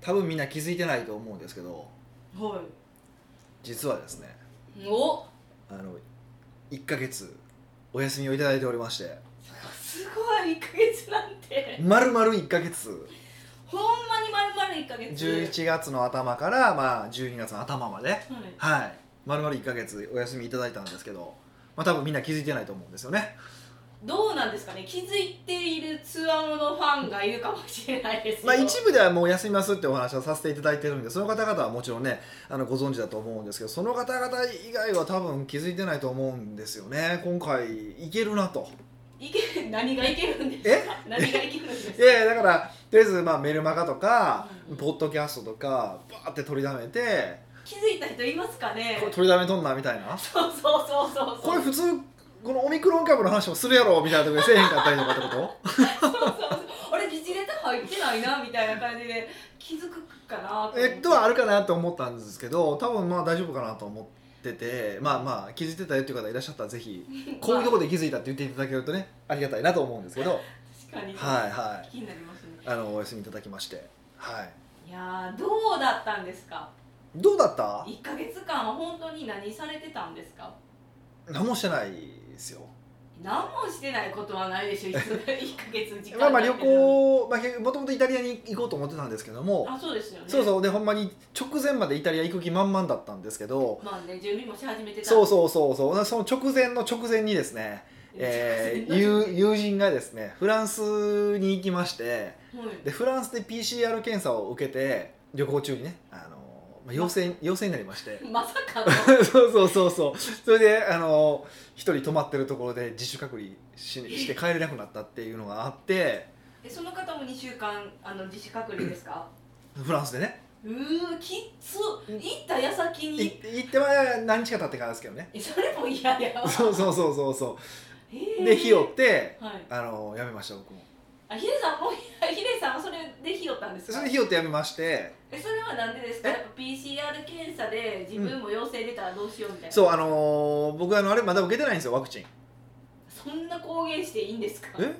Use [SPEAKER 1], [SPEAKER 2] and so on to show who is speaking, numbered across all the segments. [SPEAKER 1] 多分みんな気づいてないと思うんですけど
[SPEAKER 2] は
[SPEAKER 1] 実はですね
[SPEAKER 2] いお
[SPEAKER 1] あの1ヶ月お休みをいただいておりまして
[SPEAKER 2] すごい1ヶ月なんて
[SPEAKER 1] 丸々1ヶ月
[SPEAKER 2] ほんまに丸々1ヶ月
[SPEAKER 1] 11月の頭から、まあ、12月の頭まで
[SPEAKER 2] はい
[SPEAKER 1] はい丸々1ヶ月お休みいただいたんですけどまあ多分みんな気づいてないと思うんですよね
[SPEAKER 2] どうなんですかね気づいているツアーのファンがいるかもしれないですよ
[SPEAKER 1] まあ、一部ではもう休みますってお話をさせていただいてるんでその方々はもちろんねあのご存知だと思うんですけどその方々以外は多分気づいてないと思うんですよね今回いけるなと
[SPEAKER 2] いけ何がいけるんです
[SPEAKER 1] え
[SPEAKER 2] か何がいけるんです
[SPEAKER 1] い
[SPEAKER 2] か
[SPEAKER 1] やいやだからとりあえずまあメルマガとか
[SPEAKER 2] うん
[SPEAKER 1] ポッドキャストとかバーって取りだめて
[SPEAKER 2] 気づいた人いますかね
[SPEAKER 1] これ取りだめとんなみたいな
[SPEAKER 2] そうそうそうそう
[SPEAKER 1] こ
[SPEAKER 2] そう
[SPEAKER 1] れ普通このオミクロン株の話もするやろみたいなところでせえへんかったりとかってこと
[SPEAKER 2] あれ自治ネタ入ってないなみたいな感じで気づくかな思
[SPEAKER 1] えっとはあるかなって思ったんですけど多分まあ大丈夫かなと思っててまあまあ気づいてたよっていう方いらっしゃったらぜひこういうところで気づいたって言っていただけるとねありがたいなと思うんですけど
[SPEAKER 2] 確かに
[SPEAKER 1] はいはい
[SPEAKER 2] 気になりますね
[SPEAKER 1] あのお休みいただきましてはい
[SPEAKER 2] いやーどうだったんですか
[SPEAKER 1] どうだった
[SPEAKER 2] 1か月間は本当に何されてたんですか
[SPEAKER 1] 何もしてないですよ
[SPEAKER 2] 何もしてないことはないでしょ 1ヶ月時間
[SPEAKER 1] まあまあ旅行まあ結局もともとイタリアに行こうと思ってたんですけども
[SPEAKER 2] あそうですよね
[SPEAKER 1] そうそうでほんまに直前までイタリア行く気満々だったんですけど
[SPEAKER 2] まあね準備もし始めてた
[SPEAKER 1] そうそうそうそうその直前の直前にですね、えー、 友友人がですねフランスに行きまして
[SPEAKER 2] はい
[SPEAKER 1] でフランスで PCR 検査を受けて旅行中にねあのまあ陽性陽性になりまして
[SPEAKER 2] まさ かの
[SPEAKER 1] そうそうそうそうそれであの一人泊まってるところで自主隔離しして帰れなくなったっていうのがあって
[SPEAKER 2] えその方も2週間あの自主隔離ですか
[SPEAKER 1] フランスでね
[SPEAKER 2] うーきっつ行った矢先
[SPEAKER 1] い
[SPEAKER 2] に
[SPEAKER 1] 行っては何日か経ってからですけどね
[SPEAKER 2] えそれも嫌やわ
[SPEAKER 1] そうそうそうそうそ
[SPEAKER 2] え
[SPEAKER 1] う
[SPEAKER 2] ー
[SPEAKER 1] で日を追って
[SPEAKER 2] はい
[SPEAKER 1] あのやめました僕も
[SPEAKER 2] あヒデさんも ヒデさんはそれで火をったんですか
[SPEAKER 1] それで日を追ってやめまして
[SPEAKER 2] えそれはなんでですか
[SPEAKER 1] え
[SPEAKER 2] やっぱ PCR 検査で自分も陽性出たらどうしようみたいな、
[SPEAKER 1] そうあの僕あのあれまだ受けてないんですよワクチン
[SPEAKER 2] そんな公言していいんですか
[SPEAKER 1] え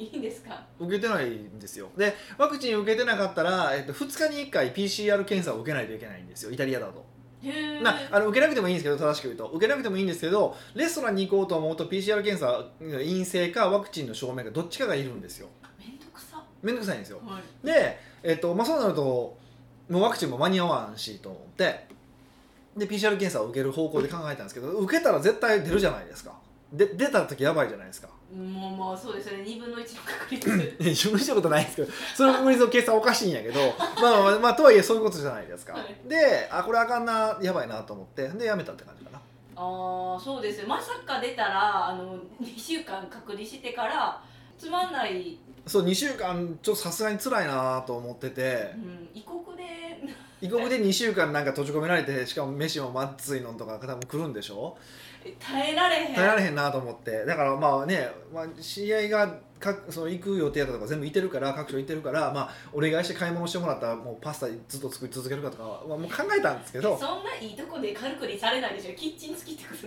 [SPEAKER 2] いいんですか
[SPEAKER 1] 受けてないんですよでワクチン受けてなかったら、えっと、2日に1回 PCR 検査を受けないといけないんですよイタリアだと、
[SPEAKER 2] へえ
[SPEAKER 1] なあの受けなくてもいいんですけど正しく言うと受けなくてもいいんですけどレストランに行こうと思うと PCR 検査陰性かワクチンの証明かどっちかがいるんですよ
[SPEAKER 2] めんどくさ
[SPEAKER 1] めんどくさいんですよ
[SPEAKER 2] はい
[SPEAKER 1] で、えっとまあ、そうなるともうワクチンも間に合わんしと思ってで PCR 検査を受ける方向で考えたんですけど受けたら絶対出るじゃないですかで出た時やばいじゃないですか
[SPEAKER 2] もうまあそうですよね2分の1の確率
[SPEAKER 1] ね 自分したことないんですけどその無理の計算おかしいんやけど まあまあ、まあ、とはいえそういうことじゃないですか、
[SPEAKER 2] はい
[SPEAKER 1] であこれあかんなやばいなと思ってでやめたって感じかな
[SPEAKER 2] ああそうですよまさか出たらあの2週間隔離してからつまんない、
[SPEAKER 1] そう2週間ちょっとさすがに辛いなと思ってて
[SPEAKER 2] うん、異国で
[SPEAKER 1] 異国で2週間なんか閉じ込められてしかも飯もまっついのんとか多分来るんでしょ
[SPEAKER 2] え耐えられへん
[SPEAKER 1] 耐えられへんなと思ってだからまあね、まあ、知り合いが各その行く予定だとか全部いてるから各所行ってるから、まあ、お願いして買い物してもらったらもうパスタずっと作り続けるかとかはまあもう考えたんですけど
[SPEAKER 2] そんないいとこで軽くにされないでしょキッチン付きってこと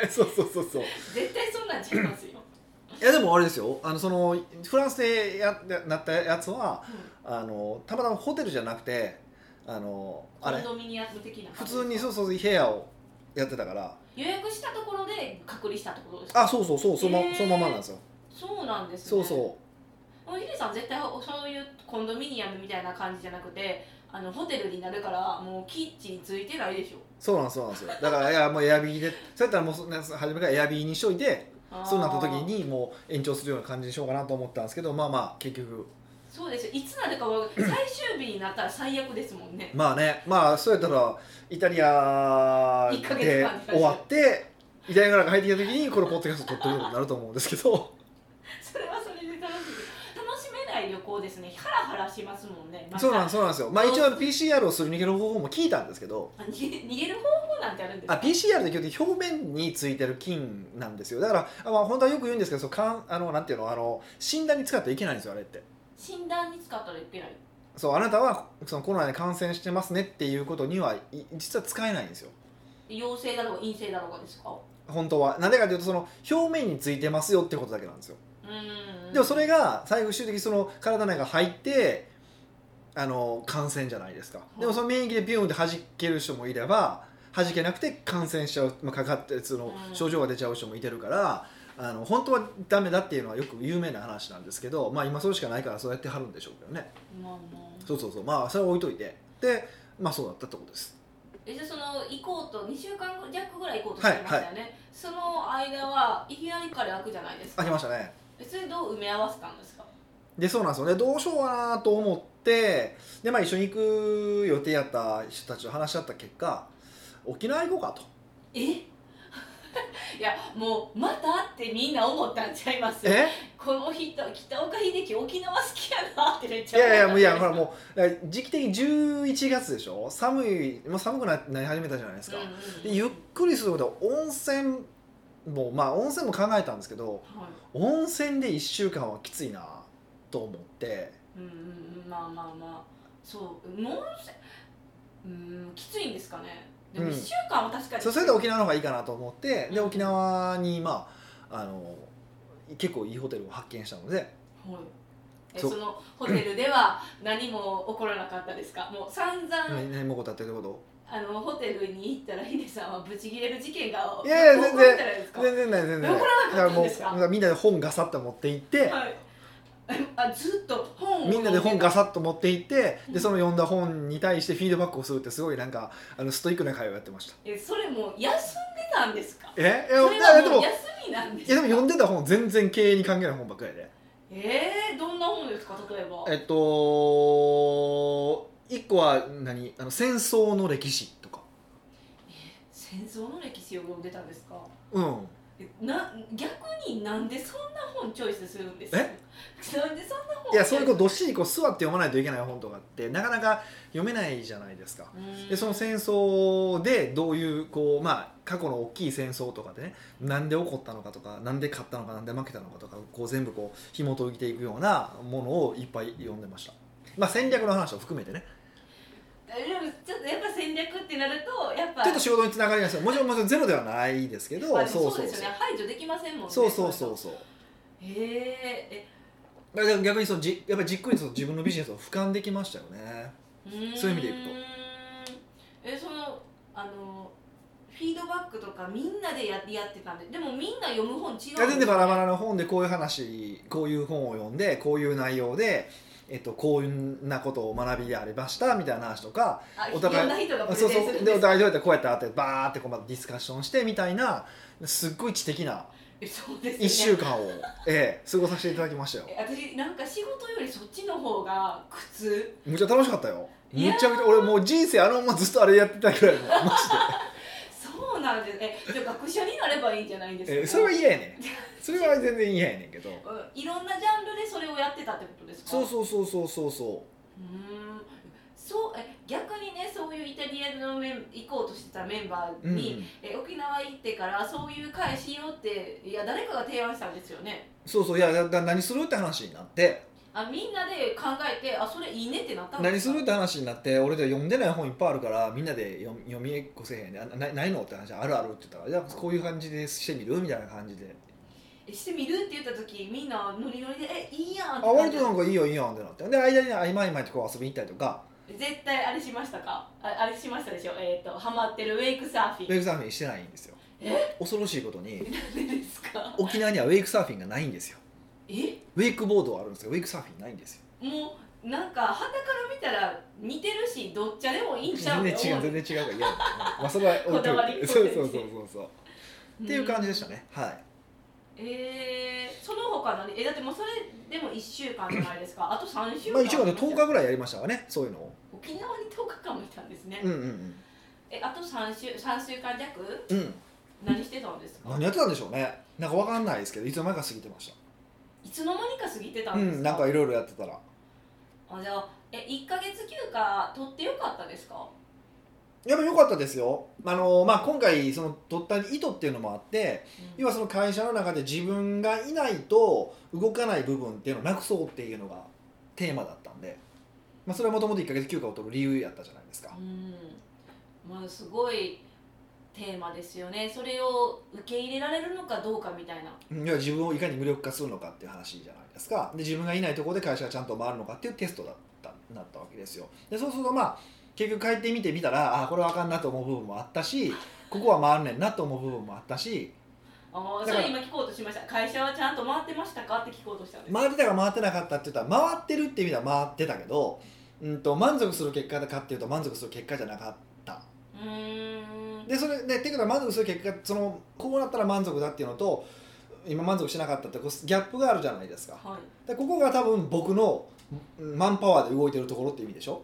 [SPEAKER 2] で すよね
[SPEAKER 1] そうそうそうそう
[SPEAKER 2] 絶対そんなんちゃいますよ、
[SPEAKER 1] いやでもあれですよあのそのフランスでやなったやつはあのたまたまホテルじゃなくてあのあ
[SPEAKER 2] コン
[SPEAKER 1] れ
[SPEAKER 2] ドミニアム的な
[SPEAKER 1] 普
[SPEAKER 2] 感じ
[SPEAKER 1] 通にそうそう部屋をやってたから
[SPEAKER 2] 予約したところで隔離したってことですか
[SPEAKER 1] あそうそうそうその,、
[SPEAKER 2] へー
[SPEAKER 1] そのままなんですよ
[SPEAKER 2] そうなんですね
[SPEAKER 1] そうそう
[SPEAKER 2] もうヒデさん絶対そういうコンドミニアムみたいな感じじゃなくてあのホテルになるからもうキッチンついてないでしょ
[SPEAKER 1] そうなんですそうなんですよだからいやもうエアビーでそうやったらもうそね初めからエアビーにしといて
[SPEAKER 2] あー
[SPEAKER 1] そうなった時にもう延長するような感じにしようかなと思ったんですけどまあまあ結局
[SPEAKER 2] そうですよいつなるかは最終日になったら最悪ですもんね
[SPEAKER 1] まあねまあそうやったらイタリア
[SPEAKER 2] 一ヶ月
[SPEAKER 1] で
[SPEAKER 2] 間
[SPEAKER 1] 終わってイタリアから帰ってきた時にこのポッドキャスト撮ってることになると思うんですけど
[SPEAKER 2] それはそれで楽しい楽しめない旅行ですねハラハラしますもんねまた
[SPEAKER 1] そうなんそうなんですよ、まあ、一応
[SPEAKER 2] どう
[SPEAKER 1] PCR をする逃げる方法も聞いたんですけど
[SPEAKER 2] あ逃げ逃げる方法なんてあるんです
[SPEAKER 1] あ
[SPEAKER 2] か
[SPEAKER 1] PCR って基本表面についてる菌なんですよだからあ、まあ、本当はよく言うんですけどそうかんあのなんていうのあの診断に使ってはいけないんですよあれって
[SPEAKER 2] 診断に使ったらいけない
[SPEAKER 1] そうあなたはそのコロナに感染してますねっていうことにはい実は使えないんですよ
[SPEAKER 2] 陽性だろうが陰性だろうがですか
[SPEAKER 1] 本当はなんでかというとその表面についてますよってことだけなんですよ
[SPEAKER 2] うーん
[SPEAKER 1] でもそれが最終的にその体の中に入ってあの感染じゃないですかでもその免疫でビューンって弾ける人もいれば弾けなくて感染しちゃう、まあ、かかってその
[SPEAKER 2] うん
[SPEAKER 1] 症状が出ちゃう人もいてるから、あの本当はダメだっていうのはよく有名な話なんですけど、まあ、今それしかないからそうやってはるんでしょうけどね
[SPEAKER 2] まあまあ
[SPEAKER 1] そうそうそうまあそれは置いといてでまあそうだったってことです
[SPEAKER 2] えじゃあその行こうと2週間弱ぐらい行こうとしてましたよね、その間はいきなり彼開くじゃないですか
[SPEAKER 1] 開けましたね
[SPEAKER 2] えそれどう埋め合わせたんですか
[SPEAKER 1] でそうなんですよねどうしようかなと思ってで、まあ、一緒に行く予定やった人たちと話し合った結果沖縄行こうかと
[SPEAKER 2] え いやもうまたってみんな思ったんちゃいます
[SPEAKER 1] え
[SPEAKER 2] この人北岡秀樹沖縄好きやなってめっ
[SPEAKER 1] い
[SPEAKER 2] ちゃ
[SPEAKER 1] やいやも
[SPEAKER 2] 思った
[SPEAKER 1] ういやほらもうだから時期的に11月でしょ寒いもう寒くななり始めたじゃないですか、
[SPEAKER 2] うんうんうん
[SPEAKER 1] でゆっくりすることは温泉もまあ温泉も考えたんですけど
[SPEAKER 2] は
[SPEAKER 1] 温泉で1週間はきついなと思って
[SPEAKER 2] いうんうんうんまあまあまあそうもううんきついんですかねでも
[SPEAKER 1] うん
[SPEAKER 2] 1週間は確かに、
[SPEAKER 1] そうそれで沖縄の方がいいかなと思ってで
[SPEAKER 2] うん
[SPEAKER 1] 沖縄にまああの結構いいホテルを発見したので
[SPEAKER 2] はいえ
[SPEAKER 1] そ
[SPEAKER 2] そうのホテルでは何も起こらなかったですかもう散々、
[SPEAKER 1] 何何もこたってること
[SPEAKER 2] あのホテルに行ったらヒデさんはブチギレる事件が
[SPEAKER 1] いやいや
[SPEAKER 2] 起
[SPEAKER 1] 全然
[SPEAKER 2] こったじゃないですか
[SPEAKER 1] 全然ない全然ない
[SPEAKER 2] 残らな
[SPEAKER 1] だか
[SPEAKER 2] からったん
[SPEAKER 1] もう
[SPEAKER 2] です
[SPEAKER 1] だ
[SPEAKER 2] か
[SPEAKER 1] からみんなで本ガサッと持って行って、
[SPEAKER 2] はいあずっと本を
[SPEAKER 1] みんなで本ガサッと持っていって
[SPEAKER 2] う
[SPEAKER 1] で
[SPEAKER 2] ん
[SPEAKER 1] その読んだ本に対してフィードバックをするってすごいなんかあのストイックな会をやってました
[SPEAKER 2] えそれもう休んでたんですか
[SPEAKER 1] えい
[SPEAKER 2] そ
[SPEAKER 1] や
[SPEAKER 2] れ
[SPEAKER 1] だ
[SPEAKER 2] は
[SPEAKER 1] で
[SPEAKER 2] も
[SPEAKER 1] も
[SPEAKER 2] う
[SPEAKER 1] い
[SPEAKER 2] 休みなんです
[SPEAKER 1] やでも
[SPEAKER 2] か
[SPEAKER 1] 読んでた本全然経営に関係ない本ばっかりで
[SPEAKER 2] えー、どんな本ですか例えば
[SPEAKER 1] えっと一個は何あの戦争の歴史とか
[SPEAKER 2] 戦争の歴史を読んでたんですか
[SPEAKER 1] うん
[SPEAKER 2] えな逆になんでそんな本チョイスするんですか
[SPEAKER 1] え
[SPEAKER 2] なんでそんな本
[SPEAKER 1] いやそういうこうどっしりこう座って読まないといけない本とかってなかなか読めないじゃないですか
[SPEAKER 2] うん
[SPEAKER 1] でその戦争でどういうこう、まあ、過去の大きい戦争とかでねなんで起こったのかとかなんで勝ったのかなんで負けたのかとかこう全部こう紐解いていくようなものをいっぱい読んでました、まあ、戦略の話を含めてね
[SPEAKER 2] えでもちょっとやっぱ戦略ってなるとやっぱ
[SPEAKER 1] ちょっと仕事につながりますよもちろんもちろんゼロではないですけど
[SPEAKER 2] まあで
[SPEAKER 1] そ
[SPEAKER 2] も
[SPEAKER 1] う
[SPEAKER 2] そう
[SPEAKER 1] そう
[SPEAKER 2] ですよね排除できませんもんね
[SPEAKER 1] そうそうそうそう
[SPEAKER 2] へええ
[SPEAKER 1] だから逆にそのじやっぱりじっくりその自分のビジネスを俯瞰できましたよねそういう意味でいくと
[SPEAKER 2] とえそのあのフィードバックとかみんなでややってたんででもみんな読む本違うんです
[SPEAKER 1] 全然バラバラの本でこういう話こういう本を読んでこういう内容で、えっと、こんなことを学びでありましたみたいな話とか
[SPEAKER 2] あ
[SPEAKER 1] お互い
[SPEAKER 2] 読んだ人がプレ
[SPEAKER 1] そう
[SPEAKER 2] ゼンす
[SPEAKER 1] そ
[SPEAKER 2] る
[SPEAKER 1] うんで
[SPEAKER 2] で
[SPEAKER 1] お
[SPEAKER 2] す
[SPEAKER 1] 互いどうやってこうやってあってバーってこうまたディスカッションしてみたいなすっごい知的な
[SPEAKER 2] えそうですね
[SPEAKER 1] 1週間を、ええ、過ごさせていただきましたよ
[SPEAKER 2] え私なんか仕事よりそっちの方が苦痛
[SPEAKER 1] むっちゃ楽しかったよ
[SPEAKER 2] いや
[SPEAKER 1] む
[SPEAKER 2] ー
[SPEAKER 1] っちゃくちゃ俺もう人生あのままずっとあれやってたぐらいのマ
[SPEAKER 2] そうなんですえじゃあ学者になればいいんじゃない
[SPEAKER 1] ジ
[SPEAKER 2] です
[SPEAKER 1] で
[SPEAKER 2] か、
[SPEAKER 1] ええそれは嫌や ねんそれは全然嫌やねんけど
[SPEAKER 2] うんいろんなジャンルでそれをやってたってことですか
[SPEAKER 1] そうそうそうそうそうそう
[SPEAKER 2] ーんそうえ逆にねそういうイタリアのメン行こうとしてたメンバ
[SPEAKER 1] う、
[SPEAKER 2] ー
[SPEAKER 1] うん
[SPEAKER 2] に、え沖縄行ってからそういう会しようっていや誰かが提案したんですよね
[SPEAKER 1] そうそういやだだ何するって話になって
[SPEAKER 2] あみんなで考えてあそれいいねってなったんで
[SPEAKER 1] 何す
[SPEAKER 2] すか
[SPEAKER 1] るって話になって俺で読んでない本いっぱいあるからみんなで読み読み越せへんねあなないのって話あるあるって言ったからじゃあこういう感じでしてみるみたいな感じで
[SPEAKER 2] えしてみるって言った時みんなノリノリでえいいやんっ
[SPEAKER 1] あ
[SPEAKER 2] てなっ
[SPEAKER 1] 割
[SPEAKER 2] て
[SPEAKER 1] となんかいいよいいよってなってで間にあいまいまいとこう遊びに行ったりとか
[SPEAKER 2] 絶対あれしましたかああれしましたでしょえっ、とハマってるウェイクサーフ
[SPEAKER 1] ウェ
[SPEAKER 2] ィン
[SPEAKER 1] イクサーフィンしてないんですよ恐ろしいことに
[SPEAKER 2] なんでですか
[SPEAKER 1] 沖縄にはウェイクサーフィンがないんですよ
[SPEAKER 2] え
[SPEAKER 1] ウェイクボードはあるんですけどウェイクサーフィンないんですよ
[SPEAKER 2] もうなんかはから見たら似てるしどっちでもいいんちゃ
[SPEAKER 1] 全然
[SPEAKER 2] う
[SPEAKER 1] 違う
[SPEAKER 2] っ
[SPEAKER 1] 全然違うから嫌 だ、まあそれは
[SPEAKER 2] こだわりっぽいです
[SPEAKER 1] そう
[SPEAKER 2] ね
[SPEAKER 1] そうそうそうそうっていう感じでしたねはい
[SPEAKER 2] えー、その他何えだってもうそれでも1週間じゃないですかあと3週間
[SPEAKER 1] まあ一応
[SPEAKER 2] あ
[SPEAKER 1] ね
[SPEAKER 2] りましたよ
[SPEAKER 1] 10日ぐらいやりましたわねそういうのを
[SPEAKER 2] 沖縄に10日間もいたんですね、
[SPEAKER 1] うんうん
[SPEAKER 2] えあと3週三週間弱
[SPEAKER 1] うんうん
[SPEAKER 2] 何してたんですか
[SPEAKER 1] 何やってたんでしょうねなんかわかんないですけどいつの間にか過ぎてまし
[SPEAKER 2] いつの間にか過ぎて
[SPEAKER 1] た
[SPEAKER 2] た
[SPEAKER 1] うん
[SPEAKER 2] で
[SPEAKER 1] ん
[SPEAKER 2] すか、
[SPEAKER 1] なんかいろいろやってたら
[SPEAKER 2] あじゃあえ1か月休暇取ってよかったですか
[SPEAKER 1] やっぱ良かったですよあのまあ今回その取った意図っていうのもあって要はその会社の中で自分がいないと動かない部分っていうのをなくそうっていうのがテーマだったんで、まあ、それはもともと1ヶ月休暇を取る理由やったじゃないですか
[SPEAKER 2] うんまあすごいテーマですよねそれを受け入れられるのかどうかみたいな
[SPEAKER 1] 要は自分をいかに無力化するのかっていう話じゃないですかで自分がいないところで会社がちゃんと回るのかっていうテストだったんなったわけですよでそうするとまあ結局帰ってみてみたらあこれはあかんなと思う部分もあったしここは回るねんなと思う部分もあったし
[SPEAKER 2] あー
[SPEAKER 1] だ
[SPEAKER 2] そ
[SPEAKER 1] から
[SPEAKER 2] れ今聞こうとしました会社はちゃんと回ってましたかって聞こうとしたんです、
[SPEAKER 1] 回ってたか回ってなかったって言ったら回ってるって意味では回ってたけど、うん、と満足する結果かっていうと満足する結果じゃなかった
[SPEAKER 2] うーん
[SPEAKER 1] でそれでていうことは満足する結果そのこうなったら満足だっていうのと今満足しなかったってこうギャップがあるじゃないですか
[SPEAKER 2] はい
[SPEAKER 1] でここが多分僕のうんマンパワーで動いてるところって意味でしょ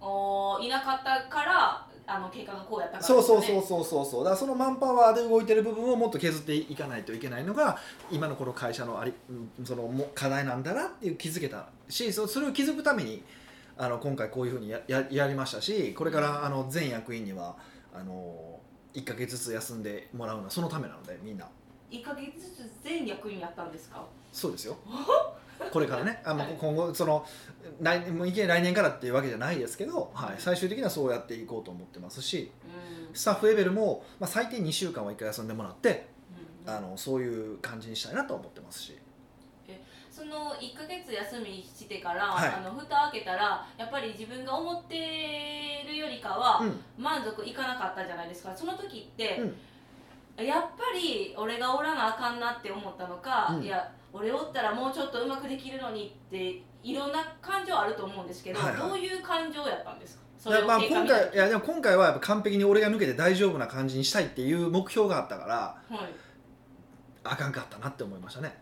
[SPEAKER 2] おいなかったからあの結果がこうやったからです
[SPEAKER 1] そ
[SPEAKER 2] よ
[SPEAKER 1] う
[SPEAKER 2] ね
[SPEAKER 1] そうそうそうそうそうだからそのマンパワーで動いてる部分をもっと削っていかないといけないのが今のこの会社のありうんそのも課題なんだなっていう気づけたしそそれを気づくためにあの今回こういうふうにやややりましたしこれからあの全役員にはあの1ヶ月ずつ休んでもらうのはそのためなのでみんな
[SPEAKER 2] 1か月ずつ全役員やったんですか
[SPEAKER 1] そうですよこれからねあ、まあ
[SPEAKER 2] はい
[SPEAKER 1] 今後その来もういきなり来年からっていうわけじゃないですけど、はい、最終的にはそうやっていこうと思ってますし
[SPEAKER 2] うん
[SPEAKER 1] スタッフレベルも、まあ、最低2週間は1回休んでもらって
[SPEAKER 2] うん
[SPEAKER 1] あのそういう感じにしたいなと思ってますし
[SPEAKER 2] その1か月休みしてから、
[SPEAKER 1] はい
[SPEAKER 2] あの蓋開けたらやっぱり自分が思ってるよりかは、
[SPEAKER 1] うん
[SPEAKER 2] 満足いかなかったじゃないですかその時って、
[SPEAKER 1] うん
[SPEAKER 2] やっぱり俺がおらなあかんなって思ったのか、
[SPEAKER 1] うん
[SPEAKER 2] いや俺おったらもうちょっとうまくできるのにっていろんな感情あると思うんですけど、
[SPEAKER 1] はいはい
[SPEAKER 2] どういう感情やったんですかそ
[SPEAKER 1] だからまあ
[SPEAKER 2] 経過
[SPEAKER 1] 今
[SPEAKER 2] 見て
[SPEAKER 1] 回いやでも今回はやっぱ完璧に俺が抜けて大丈夫な感じにしたいっていう目標があったから
[SPEAKER 2] はい
[SPEAKER 1] あかんかったなって思いましたね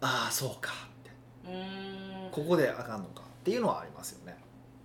[SPEAKER 1] ああそうかって
[SPEAKER 2] うーん
[SPEAKER 1] ここであかんのかっていうのはありますよね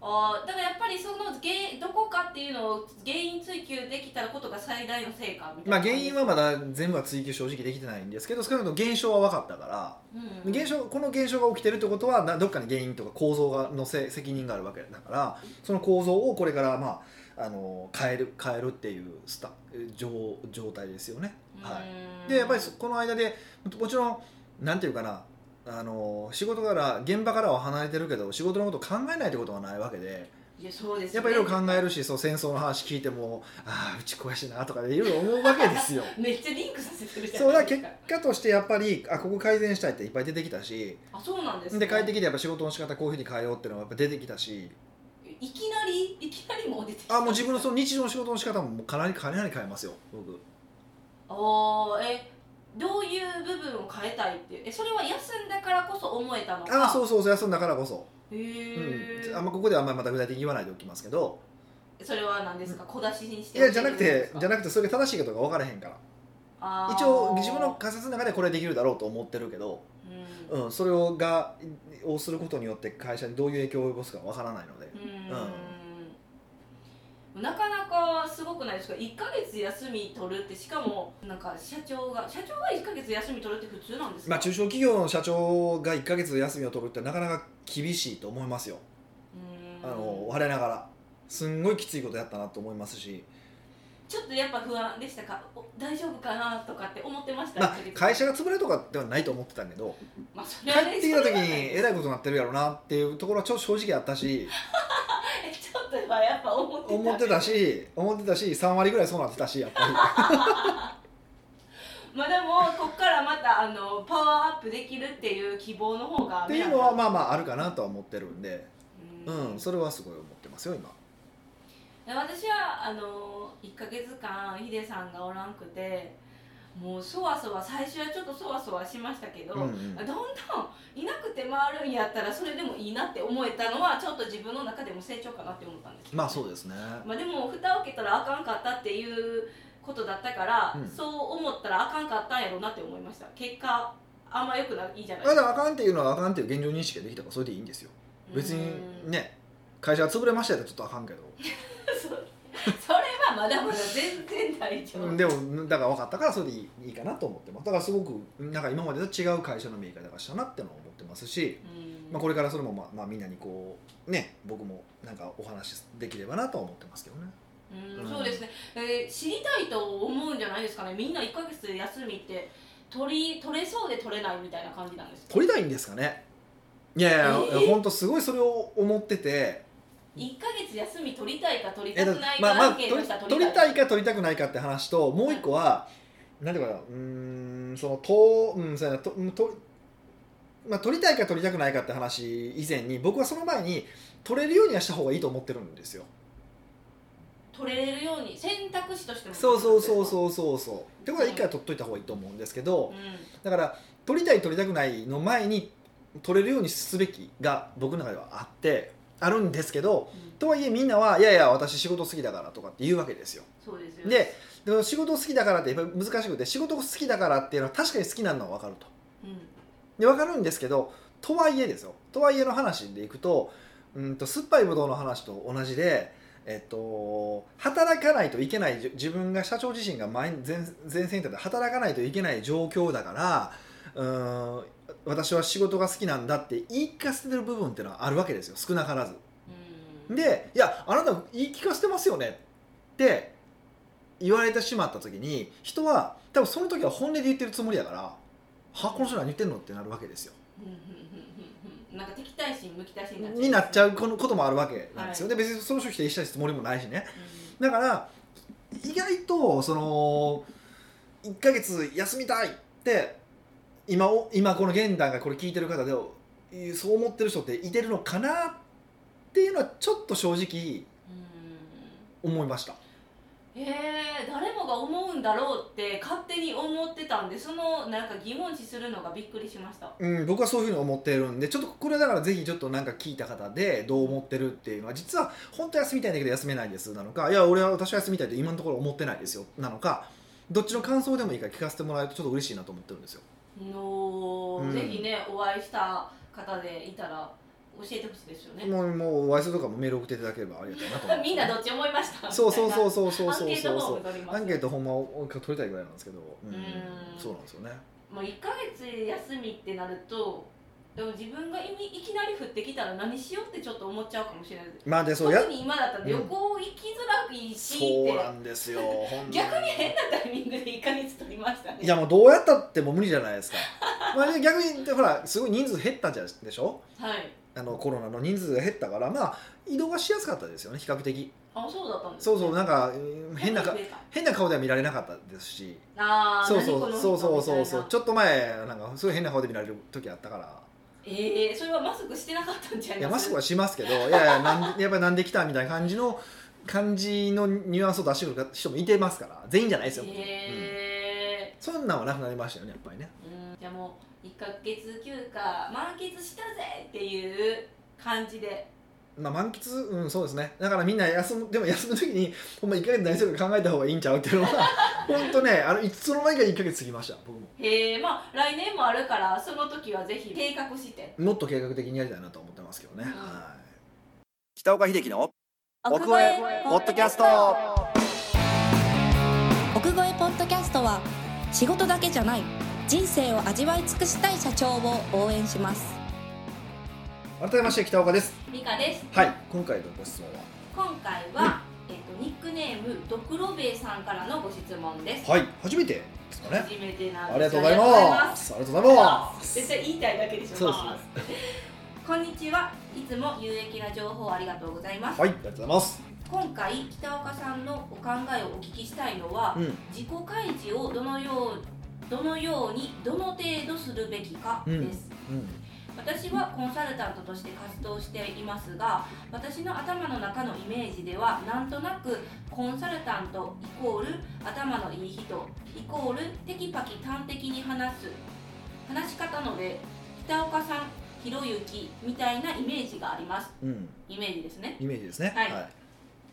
[SPEAKER 2] あーだからやっぱりその原どこかっていうのを原因追求できたことが最大の成果みたいな
[SPEAKER 1] まあ原因はまだ全部は追求正直できてないんですけど少なくとも現象は分かったから
[SPEAKER 2] うん
[SPEAKER 1] 現象この現象が起きてるってことはなどっかに原因とか構造がのせ責任があるわけだからその構造をこれから、まあ、あの変える変えるっていうスタ状状態ですよね。はい、
[SPEAKER 2] い
[SPEAKER 1] でやっぱりそこの間でももちろんなんていうかなあの仕事から現場からは離れてるけど仕事のことを考えないってことはないわけで
[SPEAKER 2] いやそうです
[SPEAKER 1] や
[SPEAKER 2] よ
[SPEAKER 1] っ
[SPEAKER 2] ね
[SPEAKER 1] ぱいろいろ考えるしそう戦争の話聞いてもああうち悔しいなとかでいろいろ思うわけですよ。
[SPEAKER 2] めっちゃリンクさせてるじゃ
[SPEAKER 1] そう
[SPEAKER 2] な
[SPEAKER 1] だ
[SPEAKER 2] いで
[SPEAKER 1] 結
[SPEAKER 2] すか
[SPEAKER 1] 果としてやっぱりあここ改善したいっていっぱい出てきたし
[SPEAKER 2] あそうなんですね
[SPEAKER 1] で帰ってきてやっぱ仕事の仕方こういうふうに変えようっていうのがやっぱ出てきたし
[SPEAKER 2] いきなりいきなりもう出てきた
[SPEAKER 1] あもう自分のその日常の仕事の仕方ももうかなりかなり変えますよ僕
[SPEAKER 2] おーえどういう部分を変えたいっていうえそれは休んだからこそ思えたのか
[SPEAKER 1] あそうそうそう休んだからこそ、
[SPEAKER 2] へ
[SPEAKER 1] う
[SPEAKER 2] え、
[SPEAKER 1] ん、あんまここではあんまりまた具体的に言わないでおきますけど
[SPEAKER 2] それは何ですか小出しにして
[SPEAKER 1] いやじゃなくてじゃ
[SPEAKER 2] な
[SPEAKER 1] なくてそれが正しいかどうか分からへんから一応自分の仮説の中でこれできるだろうと思ってるけど、
[SPEAKER 2] うん
[SPEAKER 1] うん、それをがをすることによって会社にどういう影響を及ぼすか分からないので
[SPEAKER 2] うんなかなかすごくないですか1か月休み取るってしかもなんか社長が社長が1か月休み取るって普通なんですか、
[SPEAKER 1] まあ中小企業の社長が1か月休みを取るってなかなか厳しいと思いますよ
[SPEAKER 2] うん
[SPEAKER 1] あの我ながらすんごいきついことやったなと思いますし、
[SPEAKER 2] ちょっとやっぱ不安でしたかお大丈夫かなとかって思ってました、
[SPEAKER 1] まあ
[SPEAKER 2] 1ヶ、月
[SPEAKER 1] 会社が潰れるとかではないと思ってたけど
[SPEAKER 2] まあ、そ
[SPEAKER 1] 帰
[SPEAKER 2] れはね
[SPEAKER 1] ってきた時
[SPEAKER 2] それはね
[SPEAKER 1] にえらいことになってるやろなっていうところはちょっと正直あった し
[SPEAKER 2] ちょっとはやっぱ思ってた
[SPEAKER 1] 思ってたし思ってたし3割ぐらいそうなってたしやっぱ
[SPEAKER 2] まあでもこっからまたあのパワーアップできるっていう希望の方が
[SPEAKER 1] りっていうのは
[SPEAKER 2] あ
[SPEAKER 1] まあまああるかなとは思ってるんで、
[SPEAKER 2] う、
[SPEAKER 1] うんん、それはすごい思ってますよ今
[SPEAKER 2] 私はあの1か月間ヒデさんがおらんくてもうそわそわ最初はちょっとそわそわしましたけど、
[SPEAKER 1] うんうん
[SPEAKER 2] どんどんいなくて回るんやったらそれでもいいなって思えたのはちょっと自分の中でも成長かなって思ったんですけど
[SPEAKER 1] まあそうですね
[SPEAKER 2] まあ、でも蓋を開けたらあかんかったっていうことだったから、
[SPEAKER 1] うん
[SPEAKER 2] そう思ったらあかんかったんやろうなって思いました結果あんま良くないいいじゃない
[SPEAKER 1] まあだからあかんっていうのはあかんっていう現状認識ができたからそれでいいんですよ別
[SPEAKER 2] う
[SPEAKER 1] に
[SPEAKER 2] ん
[SPEAKER 1] ね会社が潰れましたやったらちょっとあかんけど
[SPEAKER 2] そそれはまだまだ全然大丈夫、
[SPEAKER 1] うんでもだから分かったからそれでいいいいかなと思ってますだからすごくなんか今までと違う会社の見え方がしたなってのを思ってますし、
[SPEAKER 2] うん
[SPEAKER 1] まあ、これからそれもまあ、まあ、みんなにこうね僕もなんかお話しできればなとは思ってますけどね
[SPEAKER 2] うんそうですね、えー知りたいと思うんじゃないですかねみんな1ヶ月で休みって取り取れそうで取れないみたいな感じなんです
[SPEAKER 1] 取りたいんですかねいやいや、
[SPEAKER 2] え
[SPEAKER 1] ほんとすごいそれを思ってて
[SPEAKER 2] 1ヶ月休み取りたいか取り
[SPEAKER 1] え
[SPEAKER 2] た
[SPEAKER 1] っと
[SPEAKER 2] くない
[SPEAKER 1] ま
[SPEAKER 2] か
[SPEAKER 1] あま
[SPEAKER 2] ア
[SPEAKER 1] あ
[SPEAKER 2] ンケ
[SPEAKER 1] 取
[SPEAKER 2] ー
[SPEAKER 1] り
[SPEAKER 2] トしたら
[SPEAKER 1] 取り
[SPEAKER 2] い
[SPEAKER 1] たいか取りたくないかって話ともう一個は、なんていうかなうーんそのとうんそうやなとうんとまあ、取りたいか取りたくないかって話以前に僕はその前に取れるようにはした方がいいと思ってるんですよ
[SPEAKER 2] 取れるように選択肢としても
[SPEAKER 1] そうそうそう
[SPEAKER 2] う、
[SPEAKER 1] そうそうそうってことは一回は取っといた方がいいと思うんですけど
[SPEAKER 2] うん、
[SPEAKER 1] だから取りたい取りたくないの前に取れるようにすべきが僕の中ではあってあるんですけどとはいえみんなはいやいや私仕事好きだからとかって言うわけですよ
[SPEAKER 2] そうですよね
[SPEAKER 1] ででも仕事好きだからってやっぱり難しくて仕事好きだからっていうのは確かに好きなのは分かると
[SPEAKER 2] うん
[SPEAKER 1] で分かるんですけどとはいえですよとはいえの話でいくとうんと酸っぱいぶどうの話と同じで、えっと、働かないといけないじ自分が社長自身が前前前線に立って働かないといけない状況だからうん私は仕事が好きなんだって言い聞かせてる部分っていうのはあるわけですよ少なからず。
[SPEAKER 2] うん、
[SPEAKER 1] で「いやあなた言い聞かせてますよね」って言われてしまった時に人は多分その時は本音で言ってるつもりだから「はこの人何言ってんの?」ってなるわけですよ。
[SPEAKER 2] うんうんうんうんうんなんか敵対心無期待心になっちゃう
[SPEAKER 1] になっちゃうこのこともあるわけなんですよ。で別にその人否定したいつもりもないしね。だから意外とその1ヶ月休みたいって今を今この現段がこれ聞いてる方でそう思ってる人っていてるのかなっていうのはちょっと正直
[SPEAKER 2] うん
[SPEAKER 1] 思いました。
[SPEAKER 2] うんえー、誰もが思うんだろうって勝手に思ってたんでそのなんか疑問視するのがびっくりしました
[SPEAKER 1] うん、僕はそういうふうに思ってるんでちょっとこれはだからぜひちょっとなんか聞いた方でどう思ってるっていうのは実は本当は休みたいんだけど休めないですなのかいや俺は私は休みたいって今のところ思ってないですよなのかどっちの感想でもいいから聞かせてもらえるとちょっと嬉しいなと思ってるんですよ
[SPEAKER 2] の、
[SPEAKER 1] うん
[SPEAKER 2] ぜひねお会いした方でいたら教えてほしいですよね、
[SPEAKER 1] もうもうお会いするとかもメール送っていただければありがたいなと思います
[SPEAKER 2] みんなどっち思いました
[SPEAKER 1] そうそうそううそうそう
[SPEAKER 2] アン
[SPEAKER 1] そ
[SPEAKER 2] ケ
[SPEAKER 1] う
[SPEAKER 2] ート
[SPEAKER 1] そう
[SPEAKER 2] フォ
[SPEAKER 1] そ
[SPEAKER 2] ーム
[SPEAKER 1] う
[SPEAKER 2] 取ります
[SPEAKER 1] アンケートほんまを取りたいぐらいなんですけど、うん
[SPEAKER 2] うん
[SPEAKER 1] そうなんですよね
[SPEAKER 2] もう1ヶ月休みってなるとでも自分がいみいきなり降ってきたら何しようってちょっと思っちゃうかもしれないです
[SPEAKER 1] まあでそうや
[SPEAKER 2] 特に今だったら旅行行きづらいしっ
[SPEAKER 1] そ
[SPEAKER 2] て
[SPEAKER 1] うなんですよほんま
[SPEAKER 2] 逆に変なタイミングで1ヶ月取りましたね
[SPEAKER 1] いやもうどうやったってもう無理じゃないですかまあ逆にほらすごい人数減ったんじゃないでしょ
[SPEAKER 2] はい
[SPEAKER 1] あのコロナの人数が減ったからまあ移動がしやすかったですよね比較的
[SPEAKER 2] あそうだったんです
[SPEAKER 1] そうそう
[SPEAKER 2] ね
[SPEAKER 1] なんかうん変なか
[SPEAKER 2] 変な
[SPEAKER 1] 変な顔では見られなかったですし
[SPEAKER 2] ああ
[SPEAKER 1] そうそうそうそうそうそうちょっと前なんかすごい変な顔で見られる時あったから
[SPEAKER 2] ええー、それはマスクしてなかったんじゃない
[SPEAKER 1] いやマスク
[SPEAKER 2] は
[SPEAKER 1] はしますけどいやいやなん でやっぱりなんで来たみたいな感じの感じのニュアンスを出してくる人もいてますから全員じゃないですよ、うん、
[SPEAKER 2] え
[SPEAKER 1] そんなんはなくなりましたよねやっぱりね
[SPEAKER 2] ーうん、じゃあもう1ヶ月休暇満喫したぜっていう感じで
[SPEAKER 1] まあ、満喫、うん、そうですねだからみんな休むでも休む時にほんま1か月何するか考えた方がいいんちゃうっていうのは 本当ねあのいつの間にか1か月過ぎました僕も
[SPEAKER 2] へえまあ来年もあるからその時はぜひ計画して
[SPEAKER 1] もっと計画的にやりたいなと思ってますけどね、
[SPEAKER 2] うん
[SPEAKER 1] はい北岡秀樹の
[SPEAKER 3] 奥越えポッドキャスト奥越えポッドキャストは仕事だけじゃない人生を味わい尽くしたい社長を応援します
[SPEAKER 1] 改めまして北岡です
[SPEAKER 2] ミカです
[SPEAKER 1] はい今回のご質問は
[SPEAKER 2] 今回は、えっと、ニックネームドクロベイさんからのご質問です
[SPEAKER 1] はい初めてですかね
[SPEAKER 2] 初めてなん
[SPEAKER 1] ありが
[SPEAKER 2] です
[SPEAKER 1] とうございますありがとうございます
[SPEAKER 2] 絶対言いたいだけでしょ
[SPEAKER 1] そう
[SPEAKER 2] まあこんにちはいつも有益な情報ありがとうございます、
[SPEAKER 1] はいありがとうございます
[SPEAKER 2] 今回北岡さんのお考えをお聞きしたいのは、
[SPEAKER 1] うん
[SPEAKER 2] 自己開示をどのようどのようにどの程度するべきかです、
[SPEAKER 1] うんうん
[SPEAKER 2] 私はコンサルタントとして活動していますが私の頭の中のイメージではなんとなくコンサルタントイコール頭のいい人イコールテキパキ端的に話す話し方ので北岡さんひろゆきみたいなイメージがあります
[SPEAKER 1] うん
[SPEAKER 2] イメージですね
[SPEAKER 1] イメージですね
[SPEAKER 2] はい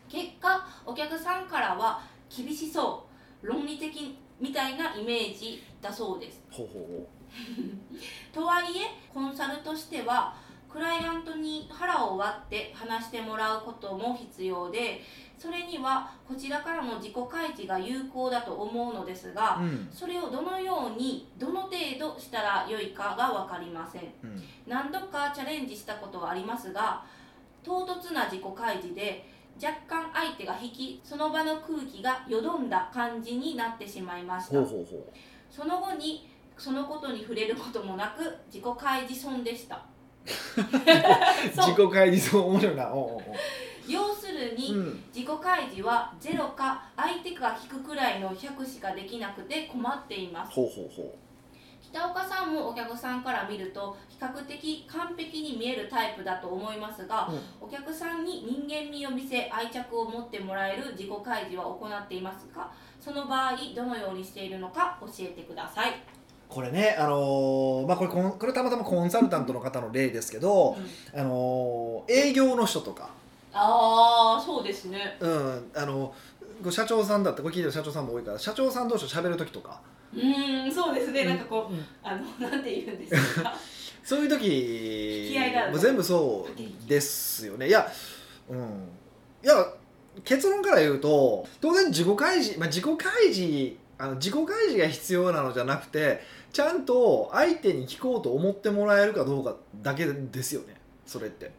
[SPEAKER 2] 結果お客さんからは厳しそう論理的みたいなイメージだそうです
[SPEAKER 1] ほうほうほ
[SPEAKER 2] とはいえコンサルとしてはクライアントに腹を割って話してもらうことも必要でそれにはこちらからの自己開示が有効だと思うのです
[SPEAKER 1] う
[SPEAKER 2] が
[SPEAKER 1] うん
[SPEAKER 2] それをどのようにどの程度したらよいかが分かりません
[SPEAKER 1] うん
[SPEAKER 2] 何度かチャレンジしたことはありますが唐突な自己開示で若干相手が引きその場の空気がよどんだ感じになってしまいました
[SPEAKER 1] ほうほうほ
[SPEAKER 2] その後にそのことに触れることもなく自己開示損でした
[SPEAKER 1] う
[SPEAKER 2] そう
[SPEAKER 1] 自己開示そう面白いなおうおうおう
[SPEAKER 2] 要するに、
[SPEAKER 1] うん
[SPEAKER 2] 自己開示はゼロか相手が聞くくらいの100しかできなくて困っています
[SPEAKER 1] ほうほうほ
[SPEAKER 2] 北岡さんもお客さんから見ると比較的完璧に見えるタイプだと思いますが、お客さんに人間味を見せ愛着を持ってもらえる自己開示は行っていますかその場合どのようにしているのか教えてください、
[SPEAKER 1] これね、あのーまあ、これこんこれたまたまコンサルタントの方の例ですけど、あのー営業の人とか、
[SPEAKER 2] ああそうですね
[SPEAKER 1] うんあのご社長さんだってこれ聞いてる社長さんも多いから社長さん同士と喋る時とか、
[SPEAKER 2] うーんそうですねなんかこう、
[SPEAKER 1] うん
[SPEAKER 2] あのなんて言うんですか
[SPEAKER 1] そういう時
[SPEAKER 2] 引き合いがある
[SPEAKER 1] もう全部そうですよねいやうんいや結論から言うと当然自己開示、まあ、自己開示あの自己開示が必要なのじゃなくてちゃんと相手に聞こうと思ってもらえるかどうかだけですよねそれって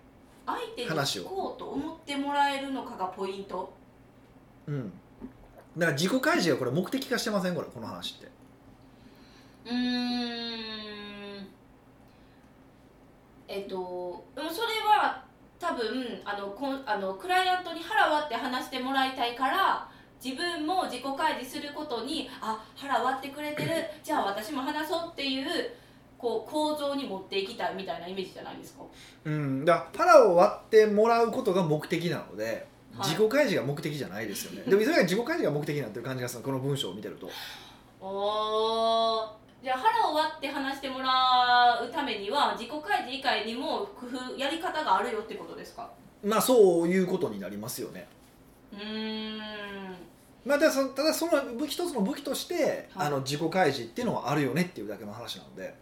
[SPEAKER 2] 相手に
[SPEAKER 1] 話を
[SPEAKER 2] 聞こうと思ってもらえるのかがポイント
[SPEAKER 1] うんだから自己開示がこれ目的化してませんこれこの話って
[SPEAKER 2] うーんえっとでもそれは多分あのこんあのクライアントに腹割って話してもらいたいから自分も自己開示することにあ腹割ってくれてるじゃあ私も話そうっていうこう構造に持っていきたいみたいなイメージじゃないですか
[SPEAKER 1] うん、だから腹を割ってもらうことが目的なので、
[SPEAKER 2] はい
[SPEAKER 1] 自己開示が目的じゃないですよねでもいずれに自己開示が目的になってる感じがするこの文章を見てると
[SPEAKER 2] おーじゃあ腹を割って話してもらうためには自己開示以外にも工夫やり方があるよってことですか
[SPEAKER 1] まあそういうことになりますよね、
[SPEAKER 2] うーん
[SPEAKER 1] まあ、ただそただその武一つの武器として、
[SPEAKER 2] はい
[SPEAKER 1] あの自己開示っていうのはあるよねっていうだけの話なので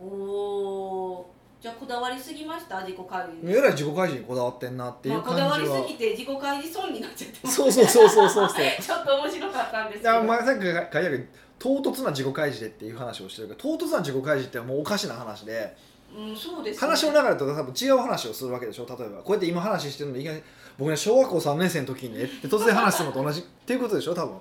[SPEAKER 2] おーじゃあこだわりすぎました自己開
[SPEAKER 1] いわ
[SPEAKER 2] 示
[SPEAKER 1] ゆる自己開示にこだわってんなってい
[SPEAKER 2] まあ、
[SPEAKER 1] う
[SPEAKER 2] こ
[SPEAKER 1] 感
[SPEAKER 2] だわ
[SPEAKER 1] じ
[SPEAKER 2] りす
[SPEAKER 1] は、
[SPEAKER 2] ぎて自己開示損になっちゃってます
[SPEAKER 1] そうそうそうそうそう そう
[SPEAKER 2] ちょっと面白かったんです
[SPEAKER 1] い
[SPEAKER 2] けど
[SPEAKER 1] やまさっき書いてある唐突な自己開示でっていう話をしてるけど唐突な自己開示ってもうおかしな話で、
[SPEAKER 2] うん、そうです、
[SPEAKER 1] 話の流れと多分違う話をするわけでしょ例えばこうやって今話してるのにいきなり僕ね小学校3年生の時にねって突然話するのと同じっていうことでしょ多分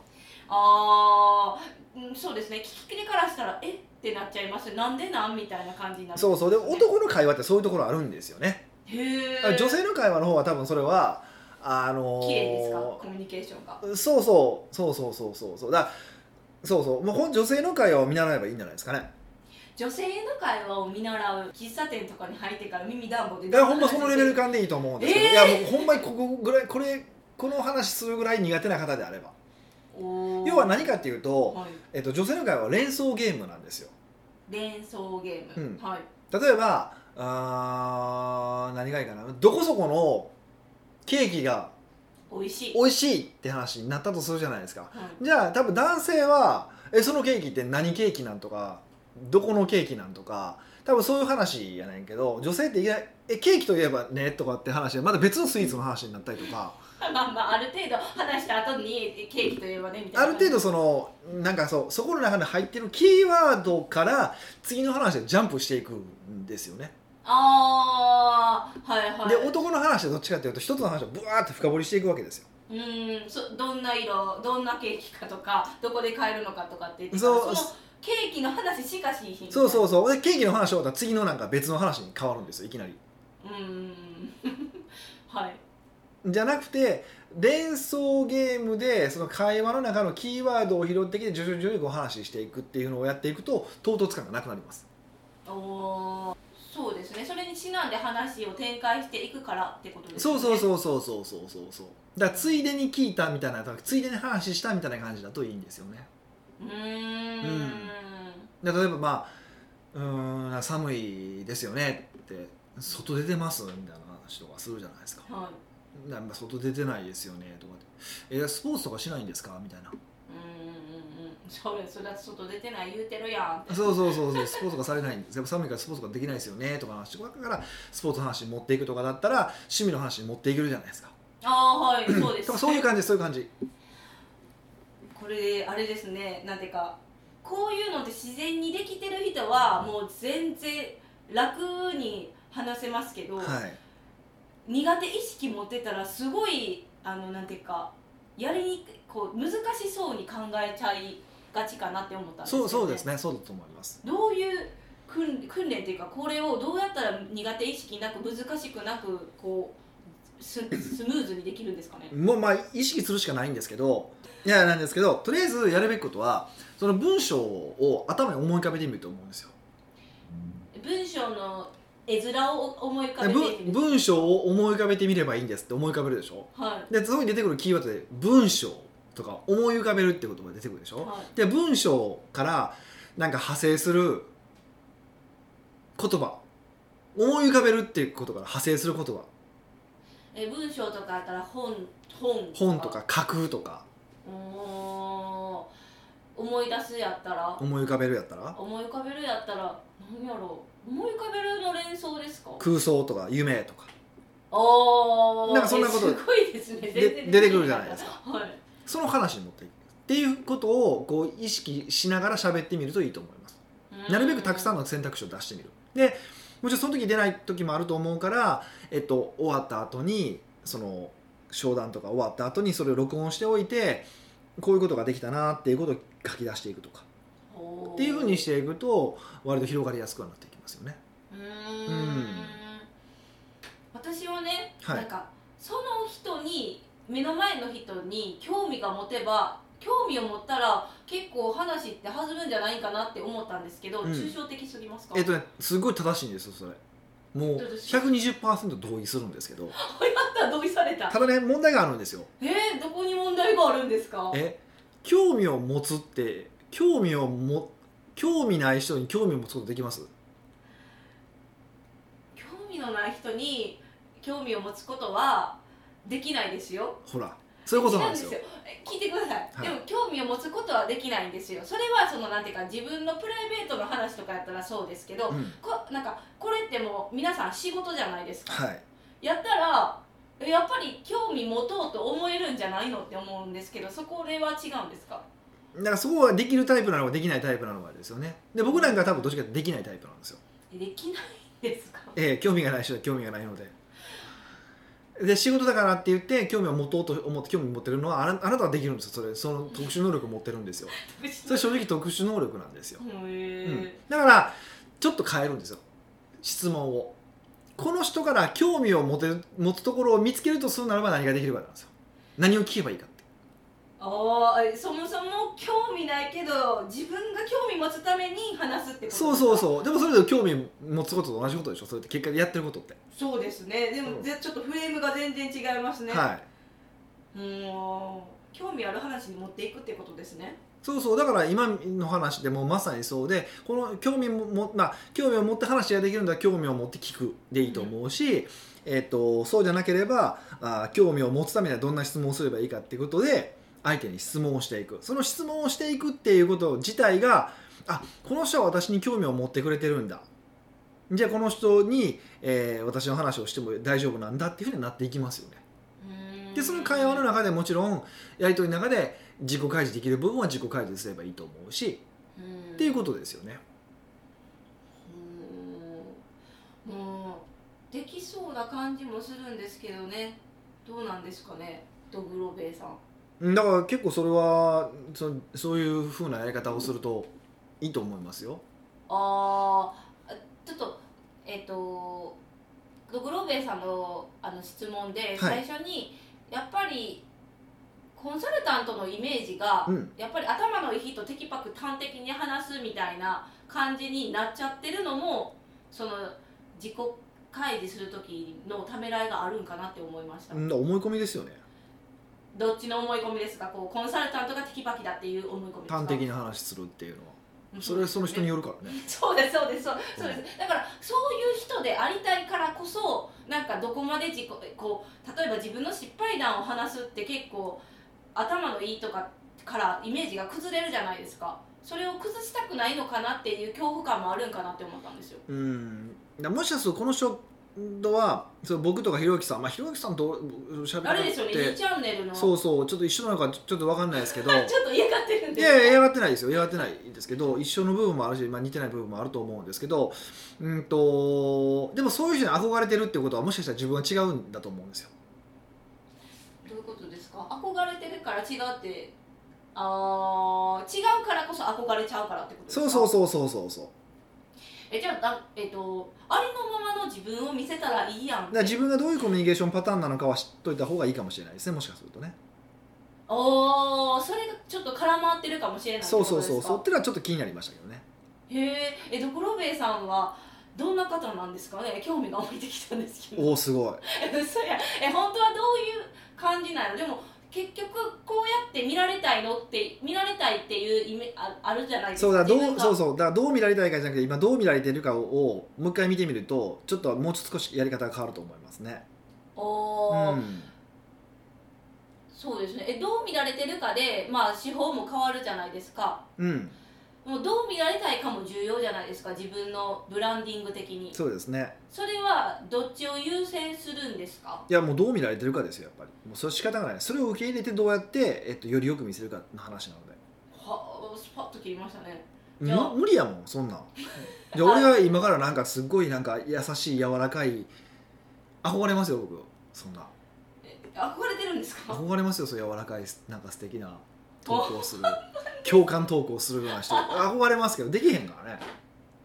[SPEAKER 2] あーうんそうですね聞き手からしたらえってなっちゃいますなんでなんみたいな感じになる
[SPEAKER 1] そうそうで男の会話ってそういうところあるんですよね
[SPEAKER 2] へー
[SPEAKER 1] 女性の会話の方は多分それはあのー
[SPEAKER 2] 綺麗ですかコミュニケーションが
[SPEAKER 1] そうそうそうそうそうそうそうだそうそうもうほん女性の会話を見習えばいいんじゃないですかね
[SPEAKER 2] 女性の会話を見習う喫茶店とかに入ってから耳だんごで
[SPEAKER 1] だからほんまそのレベル感でいいと思うんですけど、
[SPEAKER 2] えー
[SPEAKER 1] いやもうほんまにここぐらいこれこの話するぐらい苦手な方であれば要は何かっていうと、
[SPEAKER 2] はい、
[SPEAKER 1] えっと、女性の会話は連想ゲームなんですよ
[SPEAKER 2] 連想ゲーム、
[SPEAKER 1] うん
[SPEAKER 2] はい
[SPEAKER 1] 例えばあー何がいいかなどこそこのケーキが
[SPEAKER 2] 美味しい、
[SPEAKER 1] 美味しいって話になったとするじゃないですか
[SPEAKER 2] はい
[SPEAKER 1] じゃあ多分男性はえそのケーキって何ケーキなんとかどこのケーキなんとか多分そういう話やねんけど女性っていやえケーキといえばねとかって話でまた別のスイーツの話になったりとか
[SPEAKER 2] まあまあある程度話した後にケーキといえばねみた
[SPEAKER 1] あ
[SPEAKER 2] いな
[SPEAKER 1] る程度そのなんかそうそこの中に入ってるキーワードから次の話でジャンプしていくんですよね。
[SPEAKER 2] ああはいはい
[SPEAKER 1] で男の話はどっちかっていうと一つの話をブワーって深掘りしていくわけですよ。
[SPEAKER 2] うーんそどんな色どんなケーキかとかどこで買えるのかとかって言ってたら
[SPEAKER 1] そう
[SPEAKER 2] そのケーキの話しかしいひん
[SPEAKER 1] そうそううそうでケーキの話終わったら次のなんか別の話に変わるんですよいきなり
[SPEAKER 2] うーん はい
[SPEAKER 1] じゃなくて連想ゲームでその会話の中のキーワードを拾ってきて徐々に徐々にお話ししていくっていうのをやっていくと唐突感がなくなります
[SPEAKER 2] おーそうですねそれにちなんで話を展開していくからってことです
[SPEAKER 1] そ
[SPEAKER 2] ね
[SPEAKER 1] うそう
[SPEAKER 2] う
[SPEAKER 1] そうそうそうそうそうそうだからついでに聞いたみたいなついでに話したみたいな感じだといいんですよね
[SPEAKER 2] うーん
[SPEAKER 1] うんで例えばまあうーん寒いですよねって外出てますみたいな話とかするじゃないですか
[SPEAKER 2] はい
[SPEAKER 1] なんか外出てないですよねとかって「えスポーツとかしないんですか?」みたいな
[SPEAKER 2] うーんうんうんそれそれは外出てない言うてるやん
[SPEAKER 1] 「そうそうそうそうスポーツがされないんですやっぱ寒いからスポーツができないですよね」とかの話だからスポーツの話に持っていくとかだったら趣味の話に持っていけるじゃないですか
[SPEAKER 2] ああ はいそうです
[SPEAKER 1] とかそういう感じそういう感じ
[SPEAKER 2] これあれですねなんていうかこういうのって自然にできてる人はもう全然楽に話せますけど、
[SPEAKER 1] はい
[SPEAKER 2] 苦手意識持ってたらすごいあのなんていうかやりにくいこう難しそうに考えちゃいがちかなって思ったんですよ
[SPEAKER 1] そうそう
[SPEAKER 2] ね
[SPEAKER 1] ですねそうだと思います
[SPEAKER 2] どういう訓訓練というかこれをどうやったら苦手意識なく難しくなくこうススムーズにできるんですかね
[SPEAKER 1] もうまあ意識するしかないんですけどいやなんですけどとりあえずやるべきことはその文章を頭に思い浮かべてみると思うんですよ
[SPEAKER 2] 文章の絵面を思い浮かべてみ
[SPEAKER 1] 文
[SPEAKER 2] る
[SPEAKER 1] 文章を思い浮かべてみればいいんですって思い浮かべるでしょ
[SPEAKER 2] は
[SPEAKER 1] でそこに出てくるキーワードで文章とか思い浮かべるって言葉が出てくるでし
[SPEAKER 2] い、
[SPEAKER 1] ょ
[SPEAKER 2] は
[SPEAKER 1] で文章からなんか派生する言葉思い浮かべるっていうことから派生する言葉
[SPEAKER 2] い、え文章とかあったら本本
[SPEAKER 1] 本とか架空とか
[SPEAKER 2] うーん思い出すやったら
[SPEAKER 1] 思い浮かべるやったら
[SPEAKER 2] 思い浮かべるやったら何やろう思い浮かべるの連想ですか
[SPEAKER 1] 空想とか夢とか
[SPEAKER 2] ああ
[SPEAKER 1] なんかそんなこと
[SPEAKER 2] すごいですね
[SPEAKER 1] で出てくるじゃないです
[SPEAKER 2] かはい
[SPEAKER 1] その話に持っていくっていうことをこう意識しながら喋ってみるといいと思いますなるべくたくさん
[SPEAKER 2] の
[SPEAKER 1] の選択肢を出してみるでもちろんその時出ない時もあると思うから、えっと、終わった後にその商談とか終わった後にそれを録音しておいてこういうことができたなっていうことを書き出していくとかっていうふうにしていくと割と広がりやすくはなっていきますよね
[SPEAKER 2] うー
[SPEAKER 1] うん
[SPEAKER 2] ん私はね、
[SPEAKER 1] はい
[SPEAKER 2] なんかその人に目の前の人に興味が持てば興味を持ったら結構話って弾むんじゃないかなって思ったんですけど、
[SPEAKER 1] うん
[SPEAKER 2] 抽象的すぎますか、
[SPEAKER 1] え っとねすごい正しいんですよそれもう
[SPEAKER 2] どうでしょう
[SPEAKER 1] 120%同意するんですけど
[SPEAKER 2] あ同意された
[SPEAKER 1] ただね問題があるんですよ
[SPEAKER 2] えー、どこに問題があるんですか
[SPEAKER 1] え興味を持つって興味をも興味ない人に興味を持つことできます
[SPEAKER 2] 興味のない人に興味を持つことはできないですよ
[SPEAKER 1] ほらそういうことなんですよ
[SPEAKER 2] 違え聞いてください、
[SPEAKER 1] はい
[SPEAKER 2] でも興味を持つことはできないんですよそれはそのなんていうか自分のプライベートの話とかやったらそうですけど、
[SPEAKER 1] うん
[SPEAKER 2] こなんかこれってもう皆さん仕事じゃないですか、
[SPEAKER 1] はい
[SPEAKER 2] やったらえやっぱり興味持とうと思えるんじゃないのって思うんですけどそこれは違うんですか
[SPEAKER 1] だからそこはできるタイプなのかできないタイプなのかですよねで僕なんかは多分どっちかっていうとできないタイプなんですよ
[SPEAKER 2] えできないんですか
[SPEAKER 1] ええ興味がない人は興味がないのでで仕事だからって言って興味を持とうと思って興味持ってるのはあなあなたはできるんですよそれその特殊能力を持ってるんですよそれ正直特殊能力なんですよ、
[SPEAKER 2] へ
[SPEAKER 1] う
[SPEAKER 2] え
[SPEAKER 1] ん、だからちょっと変えるんですよ質問をこの人から興味を持てる持つところを見つけるとするならば何ができるかなんですよ何を聞けばいいかって
[SPEAKER 2] あーえそもそも興味ないけど自分が興味持つために話すってことですか
[SPEAKER 1] そうそうそうでもそれで興味持つことと同じことでしょそれって結果でやってることって、
[SPEAKER 2] そうですねでも、
[SPEAKER 1] うん
[SPEAKER 2] ぜちょっとフレームが全然違いますね、
[SPEAKER 1] はい
[SPEAKER 2] もう興味ある話に持っていくってことですね
[SPEAKER 1] そうそうだから今の話でもまさにそうでこの興味もも、まあ、興味を持って話ができるんだ興味を持って聞くでいいと思うし、えっとそうじゃなければあー興味を持つためにはどんな質問をすればいいかっていうことで相手に質問をしていくその質問をしていくっていうこと自体があこの人は私に興味を持ってくれてるんだじゃあこの人に、えー私の話をしても大丈夫なんだっていうふうになっていきますよね。でその会話の中でもちろんやり取りの中で自己開示できる部分は自己開示すればいいと思うし
[SPEAKER 2] っ
[SPEAKER 1] っていうことですよね
[SPEAKER 2] ともうできそうな感じもするんですけどねどうなんですかねドグロベイさん
[SPEAKER 1] だから結構それはそそういうふうなやり方をするといいと思いますよ
[SPEAKER 2] あーちょっとえっ、とドグロベイさんのあの質問で
[SPEAKER 1] は
[SPEAKER 2] 最
[SPEAKER 1] い
[SPEAKER 2] 初に、やっぱりコンサルタントのイメージが、
[SPEAKER 1] うん
[SPEAKER 2] やっぱり頭のいい人テキパク端的に話すみたいな感じになっちゃってるのもその自己開示する時のためらいがあるんかなって思いました、
[SPEAKER 1] うんだから思い込みですよね
[SPEAKER 2] どっちの思い込みですかこうコンサルタントがテキパキだっていう思い込みですか
[SPEAKER 1] 端的な話するっていうのは
[SPEAKER 2] うん
[SPEAKER 1] それはその人によるからね
[SPEAKER 2] そうですそうですそうそうですだからそういう人でありたいからこそなんかどこまで自己こう例えば自分の失敗談を話すって結構頭のいいとかからイメージが崩れるじゃないですかそれを崩したくないのかなっていう恐怖感もあるんかなって思ったんですよ
[SPEAKER 1] うんだからもしかするとこの人はその僕とかひろゆきさんまあひろゆきさんと喋
[SPEAKER 2] あれですよね
[SPEAKER 1] っ
[SPEAKER 2] 2
[SPEAKER 1] て
[SPEAKER 2] チャンネルの
[SPEAKER 1] そうそうちょっと一緒なのかちょっと分かんないですけど
[SPEAKER 2] ちょっと嫌がってるん
[SPEAKER 1] い
[SPEAKER 2] です
[SPEAKER 1] やいや、嫌がってないですよ、嫌がってないですけど、一緒の部分もあるし、まあ、似てない部分もあると思うんですけど、うんと、でもそういう人に憧れてるってことは、もしかしたら自分は違うんだと思うんですよ。
[SPEAKER 2] どういうことですか憧れてるから違うってあー違うからこそ憧れちゃうからってことです
[SPEAKER 1] そ
[SPEAKER 2] か
[SPEAKER 1] うそうそうそうそうそう。
[SPEAKER 2] えじゃあだ、えっとありのままの自分を見せたらいいや
[SPEAKER 1] だ
[SPEAKER 2] ん
[SPEAKER 1] から自分がどういうコミュニケーションパターンなのかは知っといた方がいいかもしれないですね、もしかするとね。
[SPEAKER 2] うおおそれがちょっと絡まってるかもしれないって
[SPEAKER 1] そ
[SPEAKER 2] こ
[SPEAKER 1] う
[SPEAKER 2] と
[SPEAKER 1] そう
[SPEAKER 2] です
[SPEAKER 1] そ
[SPEAKER 2] か
[SPEAKER 1] うそうってのはちょっと気になりましたけどね
[SPEAKER 2] へええドクロベイさんはどんな方なんですかね興味が湧いてきたんですけど
[SPEAKER 1] おおすごい
[SPEAKER 2] え 嘘やえ本当はどういう感じなのでも結局こうやって見られたいのって見られたいっていう意味ああるじゃないですか
[SPEAKER 1] そうだど
[SPEAKER 2] 自分
[SPEAKER 1] う
[SPEAKER 2] が
[SPEAKER 1] そうそうだからどう見られたいかじゃなくて今どう見られてるかををもう一回見てみるとちょっともう少しやり方が変わると思いますね
[SPEAKER 2] お
[SPEAKER 1] う
[SPEAKER 2] ー
[SPEAKER 1] ん
[SPEAKER 2] そうですねえどう見られてるかでまあ手法も変わるじゃないですか
[SPEAKER 1] うん
[SPEAKER 2] もうどう見られたいかも重要じゃないですか自分のブランディング的に
[SPEAKER 1] そうですね
[SPEAKER 2] それはどっちを優先するんですか
[SPEAKER 1] いやもうどう見られてるかですよやっぱりもうそれ仕方がないそれを受け入れてどうやって、えっと、よりよく見せるかの話なので
[SPEAKER 2] はスパッと切りましたねいや
[SPEAKER 1] む無理やもんそん なんじゃあ
[SPEAKER 2] はい
[SPEAKER 1] 俺は今からなんかすっごいなんか優しい柔らかい憧れますよ僕そんな
[SPEAKER 2] え憧れてるんですか
[SPEAKER 1] 憧れますよそう柔らかいなんか素敵な投稿をする共感投稿をするような 人憧れますけどできへんからね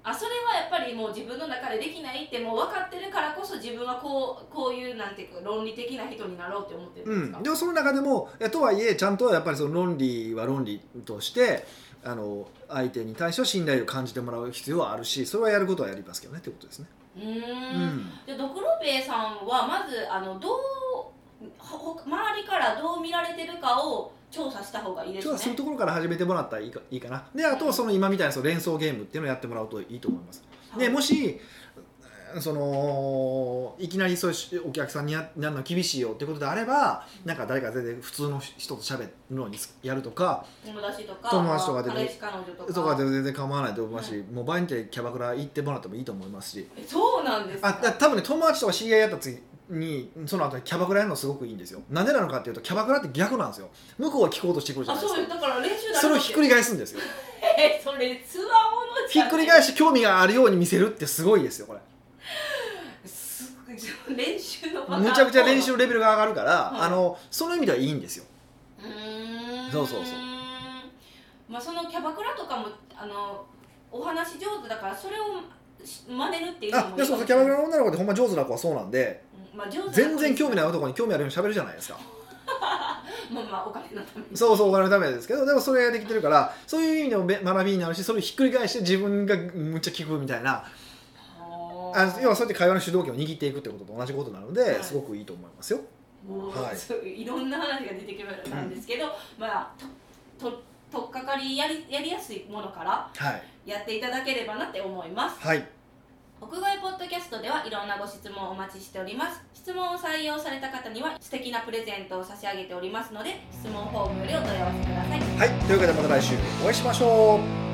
[SPEAKER 2] あそれはやっぱりもう自分の中でできないってもう分かってるからこそ自分はこうこういうなんていうか論理的な人になろうって思ってる
[SPEAKER 1] うん
[SPEAKER 2] ですか、
[SPEAKER 1] ん、でもその中でもえとはいえちゃんとやっぱりその論理は論理としてあの相手に対しては信頼を感じてもらう必要はあるしそれはやることはやりますけどねってことですね。
[SPEAKER 2] うー
[SPEAKER 1] うんん
[SPEAKER 2] じゃあドクロベイさんはまずあのどうほほ周りからどう見られてるかを調査した方がいいで
[SPEAKER 1] ちょっと
[SPEAKER 2] す
[SPEAKER 1] そういう
[SPEAKER 2] ね
[SPEAKER 1] ところから始めてもらったらいいかいいかなであとはその今みたいなその連想ゲームっていうのをやってもらうといいと思います。でもしうんそのいきなりそういうお客さんにやなるの厳しいよってことであればなんか誰か全然普通の人と喋るのにやるとか
[SPEAKER 2] 友達とか
[SPEAKER 1] 友達とかでも
[SPEAKER 2] 彼氏彼女とか
[SPEAKER 1] とかで全然構わないと思いますし、もう毎日キャバクラ行ってもらってもいいと思いますし
[SPEAKER 2] えそうなんですか
[SPEAKER 1] あだ多分ね友達とか知り合いやった次にその後にキャバクラやるのすごくいいんですよなんでなのかっていうとキャバクラって逆なんですよ向こうは聞こうとしてくるじゃ
[SPEAKER 2] あ
[SPEAKER 1] ないです
[SPEAKER 2] そうよ
[SPEAKER 1] か
[SPEAKER 2] だから練習だ
[SPEAKER 1] それをひっく
[SPEAKER 2] り
[SPEAKER 1] り返すんですよ
[SPEAKER 2] えそれつわもの
[SPEAKER 1] ひ
[SPEAKER 2] じゃ
[SPEAKER 1] っ
[SPEAKER 2] ん
[SPEAKER 1] くり返して興味があるように見せるってすごいですよこれ
[SPEAKER 2] すごい練習の
[SPEAKER 1] むちゃくちゃ練習
[SPEAKER 2] う
[SPEAKER 1] レベルが上がるから、
[SPEAKER 2] はい
[SPEAKER 1] あのその意味ではいいんですよ
[SPEAKER 2] ーん
[SPEAKER 1] そうそうそう
[SPEAKER 2] まあそのキャバクラとかもあのお話上手だからそれをし真似るっていうの
[SPEAKER 1] あ
[SPEAKER 2] も
[SPEAKER 1] でそうそうキャバクラ
[SPEAKER 2] ラ
[SPEAKER 1] の女の子ってほんま上手な子はそうなんで
[SPEAKER 2] まあ上手
[SPEAKER 1] 全然興味ないい男に興味あるように喋るじゃないですか
[SPEAKER 2] まあまあお金のために
[SPEAKER 1] そうそうお金のためですけどでもそれができてるからそういう意味でもべ学びになるしそれをひっくり返して自分がむっちゃ聞くみたいなあ
[SPEAKER 2] あ
[SPEAKER 1] の要はそうやって会話の主導権を握っていくってことと同じことなので、
[SPEAKER 2] はい
[SPEAKER 1] すごくいいと思いますよ。
[SPEAKER 2] もう、
[SPEAKER 1] はい
[SPEAKER 2] そういろんな話が出てくるんですけど、まあとと取っかかりやりやりやすいものから
[SPEAKER 1] はい、
[SPEAKER 2] やっていただければなって思います
[SPEAKER 1] はい、
[SPEAKER 2] 屋外ポッドキャストではいろんなご質問をお待ちしております質問を採用された方には素敵なプレゼントを差し上げておりますので質問フォームよりお問い合わせください
[SPEAKER 1] はい、というわけでまた来週お会いしましょう。